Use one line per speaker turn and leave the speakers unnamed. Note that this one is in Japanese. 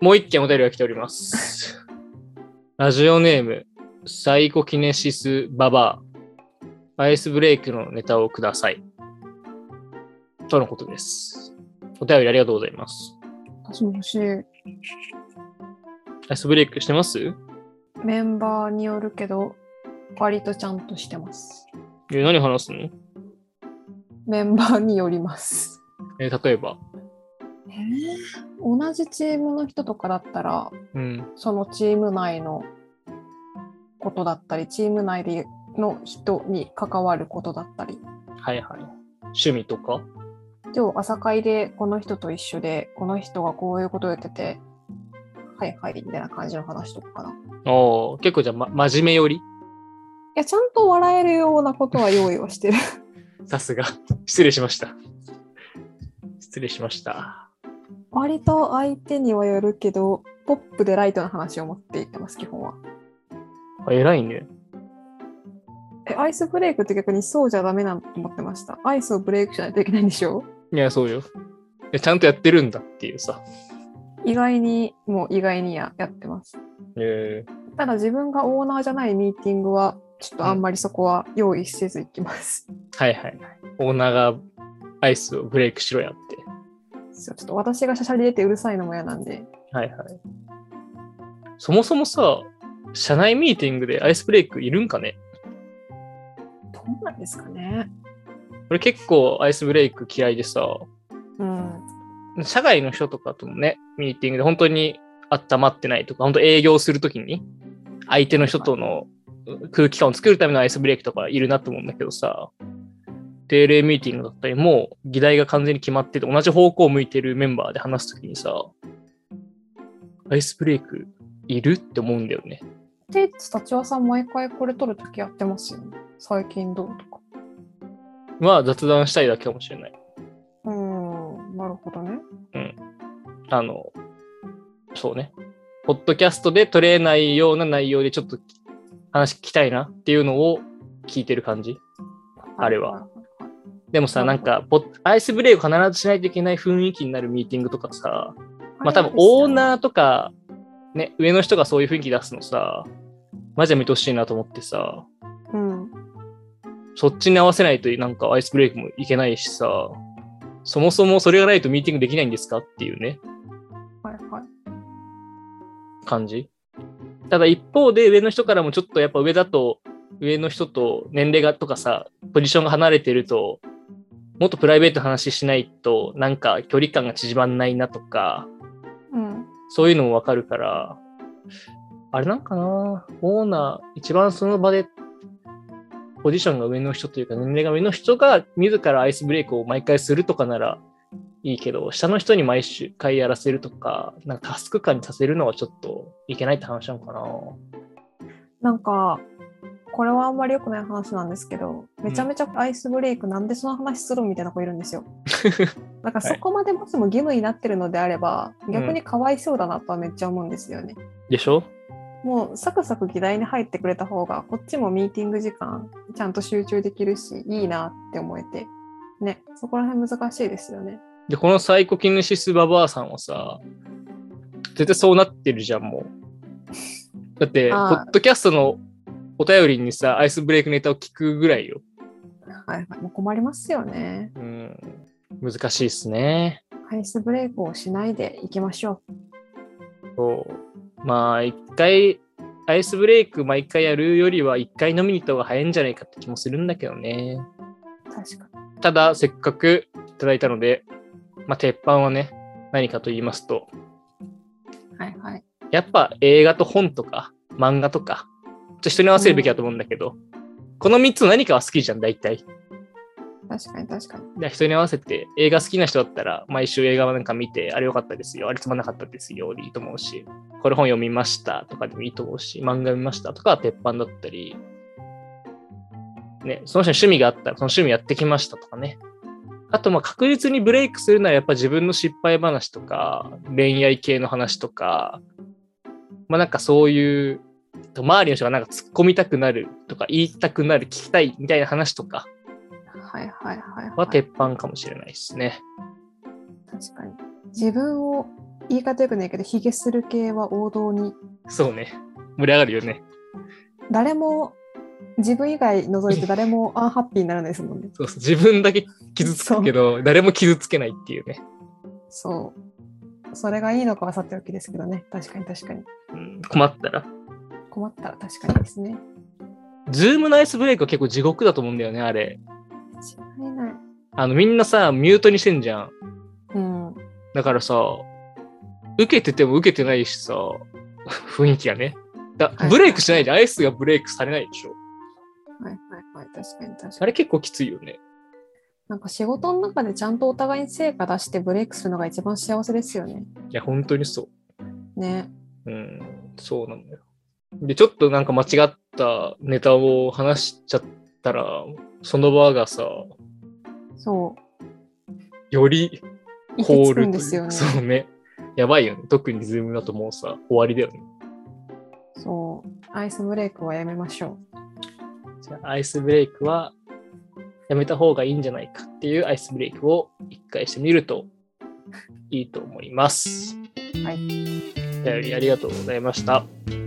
もう一件お便りが来ております。ラジオネーム、サイコキネシス・ババア、アイスブレイクのネタをください。とのことです。お便りありがとうございます。
私も欲しい。
アイスブレイクしてますえ
メンバーによるけど、割とちゃんとしてます。
何話すの
メンバーによります。
え例えば。
え同じチームの人とかだったら、
うん。
そのチーム内のことだったり、チーム内での人に関わることだったり、
はいはい。趣味とか
今日朝会でこの人と一緒で、この人がこういうことを言ってて、はいはいみたいな感じの話とかかな。い
おー結構じゃあ、ま、真面目より
や、ちゃんと笑えるようなことは用意はしてる。
さすが。 失礼しました。失礼しました。
割と相手にはよるけど、ポップでライトな話を持っていってます、基本は。
あ偉いね。
え、アイスブレイクって逆にそうじゃダメなんだと思ってました。アイスをブレイクしないといけないんでしょ
いや、そうよ。いやちゃんとやってるんだっていうさ。
意外に、もう意外にややってます。
え
ただ自分がオーナーじゃないミーティングは、ちょっとあんまりそこは用意せずいきます。
はいはいはい。オーナーがアイスをブレイクしろやって。
そうちょっと私がしゃしゃり出てうるさいのも嫌なんで。
はいはい。そもそもさ、社内ミーティングでアイスブレイクいるんかね
どうなんですかね。
俺結構アイスブレイク嫌いでさ、
うん。
社外の人とかともね、ミーティングで本当に温まってないとか、本当営業するときに、相手の人との空気感を作るためのアイスブレイクとかいるなと思うんだけどさ、定例ミーティングだったり、もう議題が完全に決まってて、同じ方向を向いてるメンバーで話すときにさ、アイスブレイクいるって思うんだよね。
テイツたちはさん毎回これ撮るときやってますよね。最近どうとか。
まあ雑談したいだけかもしれない。
うん、なるほどね。
あの、そうね。ポッドキャストで取れないような内容でちょっと話聞きたいなっていうのを聞いてる感じ。あれはい
いはい
でもさ、
な
な
る
ん
ほど
か、ポッアイスブレイクを必ずしないといけない雰囲気になるミーティングとかさ、まあ多分オーナーとか、ね、上の人がそういう雰囲気出すのさ、マジで見てほしいなと思ってさ、
ー、うん、
そっちに合わせないとなんかアイスブレイクもいけないしさ、そもそもそれがないとミーティングできないんですかっていうね、
はいはい。
感じ。ただ一方で上の人からもちょっとやっぱ上だと、上の人と年齢がとかさ、ポジションが離れてると、もっとプライベートな話しないと、なんか距離感が縮まんないなとか、
うん、
そういうのもわかるから、あれなんかな、オーナー、一番その場で、ポジションが上の人というか、年齢が上の人が、自らアイスブレイクを毎回するとかならいいけど、下の人に毎週回やらせるとか、なんかタスク感にさせるのはちょっといけないって話なのかな。
なんか、これはあんまり良くない話なんですけど、めちゃめちゃアイスブレイク、なんでその話するみたいな子いるんですよ。なんかそこまでもしも義務になってるのであれば、逆にかわいそうだなとはめっちゃ思うんですよね。
でしょ
もうサクサク議題に入ってくれた方が、こっちもミーティング時間、ちゃんと集中できるし、いいなって思えて、ね、そこら辺難しいですよね。
で、このサイコキネシスババアさんはさ、絶対そうなってるじゃん、もう。だって、ポ
あー
ッドキャストのお便りにさ、アイスブレイクネタを聞くぐらいよ。
はいはい、もう困りますよね。
うん、難しいっすね。
アイスブレイクをしないでいきましょう。
そうまあ、一回、アイスブレイク毎回やるよりは、一回飲みに行った方が早いんじゃないかって気もするんだけどね。
確かに。
ただ、せっかくいただいたので、まあ、鉄板はね、何かと言いますと、
はいはい。
やっぱ映画と本とか漫画とか、ちょっと人に合わせるべきだと思うんだけど、この3つの何かは好きじゃん、大体。だか
確かに確かに。
ら人に合わせて、映画好きな人だったら、毎週映画なんか見て、あれ良かったですよ、あれつまんなかったですよ、でいいと思うし、これ本読みましたとかでもいいと思うし、漫画読みましたとかは鉄板だったり、ね、その人に趣味があったら、その趣味やってきましたとかね。あと、まあ確実にブレイクするならやっぱ自分の失敗話とか、恋愛系の話とか、まあなんかそういう、周りの人がなんか突っ込みたくなるとか、言いたくなる、聞きたいみたいな話とか
はいはいはい、はい。
は鉄板かもしれないですね。
確かに。自分を言い方よくないけど、ヒゲする系は王道に、
そうね。盛り上がるよね。
誰も、自分以外除いて 誰もアンハッピーにならないですもんね。
そうそう自分だけ傷つくけど、誰も傷つけないっていうね。
そう。それがいいのかはさておきですけどね。確かに確かに。
うん困ったら。
困ったら確かにですね。
ズームのアイスブレイクは結構地獄だと思うんだよね、あれ。
違いない。
あの、みんなさ、ミュートにしてんじゃん。
うん。
だからさ、受けてても受けてないしさ、雰囲気がね。だ
はい
ブレイクしないじゃん。アイスがブレイクされないでしょ。
はいはいはい。確かに確
あ
かに。
れ結構きついよね。
なんか仕事の中でちゃんとお互いに成果出してブレイクするのが一番幸せですよね。
いや、本当にそ
ね。
う。うん、そうなのよ。で、ちょっとなんか間違ったネタを話しちゃったら、その場がさ、
そ
より
う。い
凍
き
ると
つく
いうん
ですよね。
そうね。やばいよね。特にズームだともうさ、終わりだよね。
そう。アイスブレイクはやめましょ
じゃあ、アイスブレイクはやめた方がいいんじゃないかっていうアイスブレイクを一回してみるといいと思います。
はい
お便りありがとうございました。
う。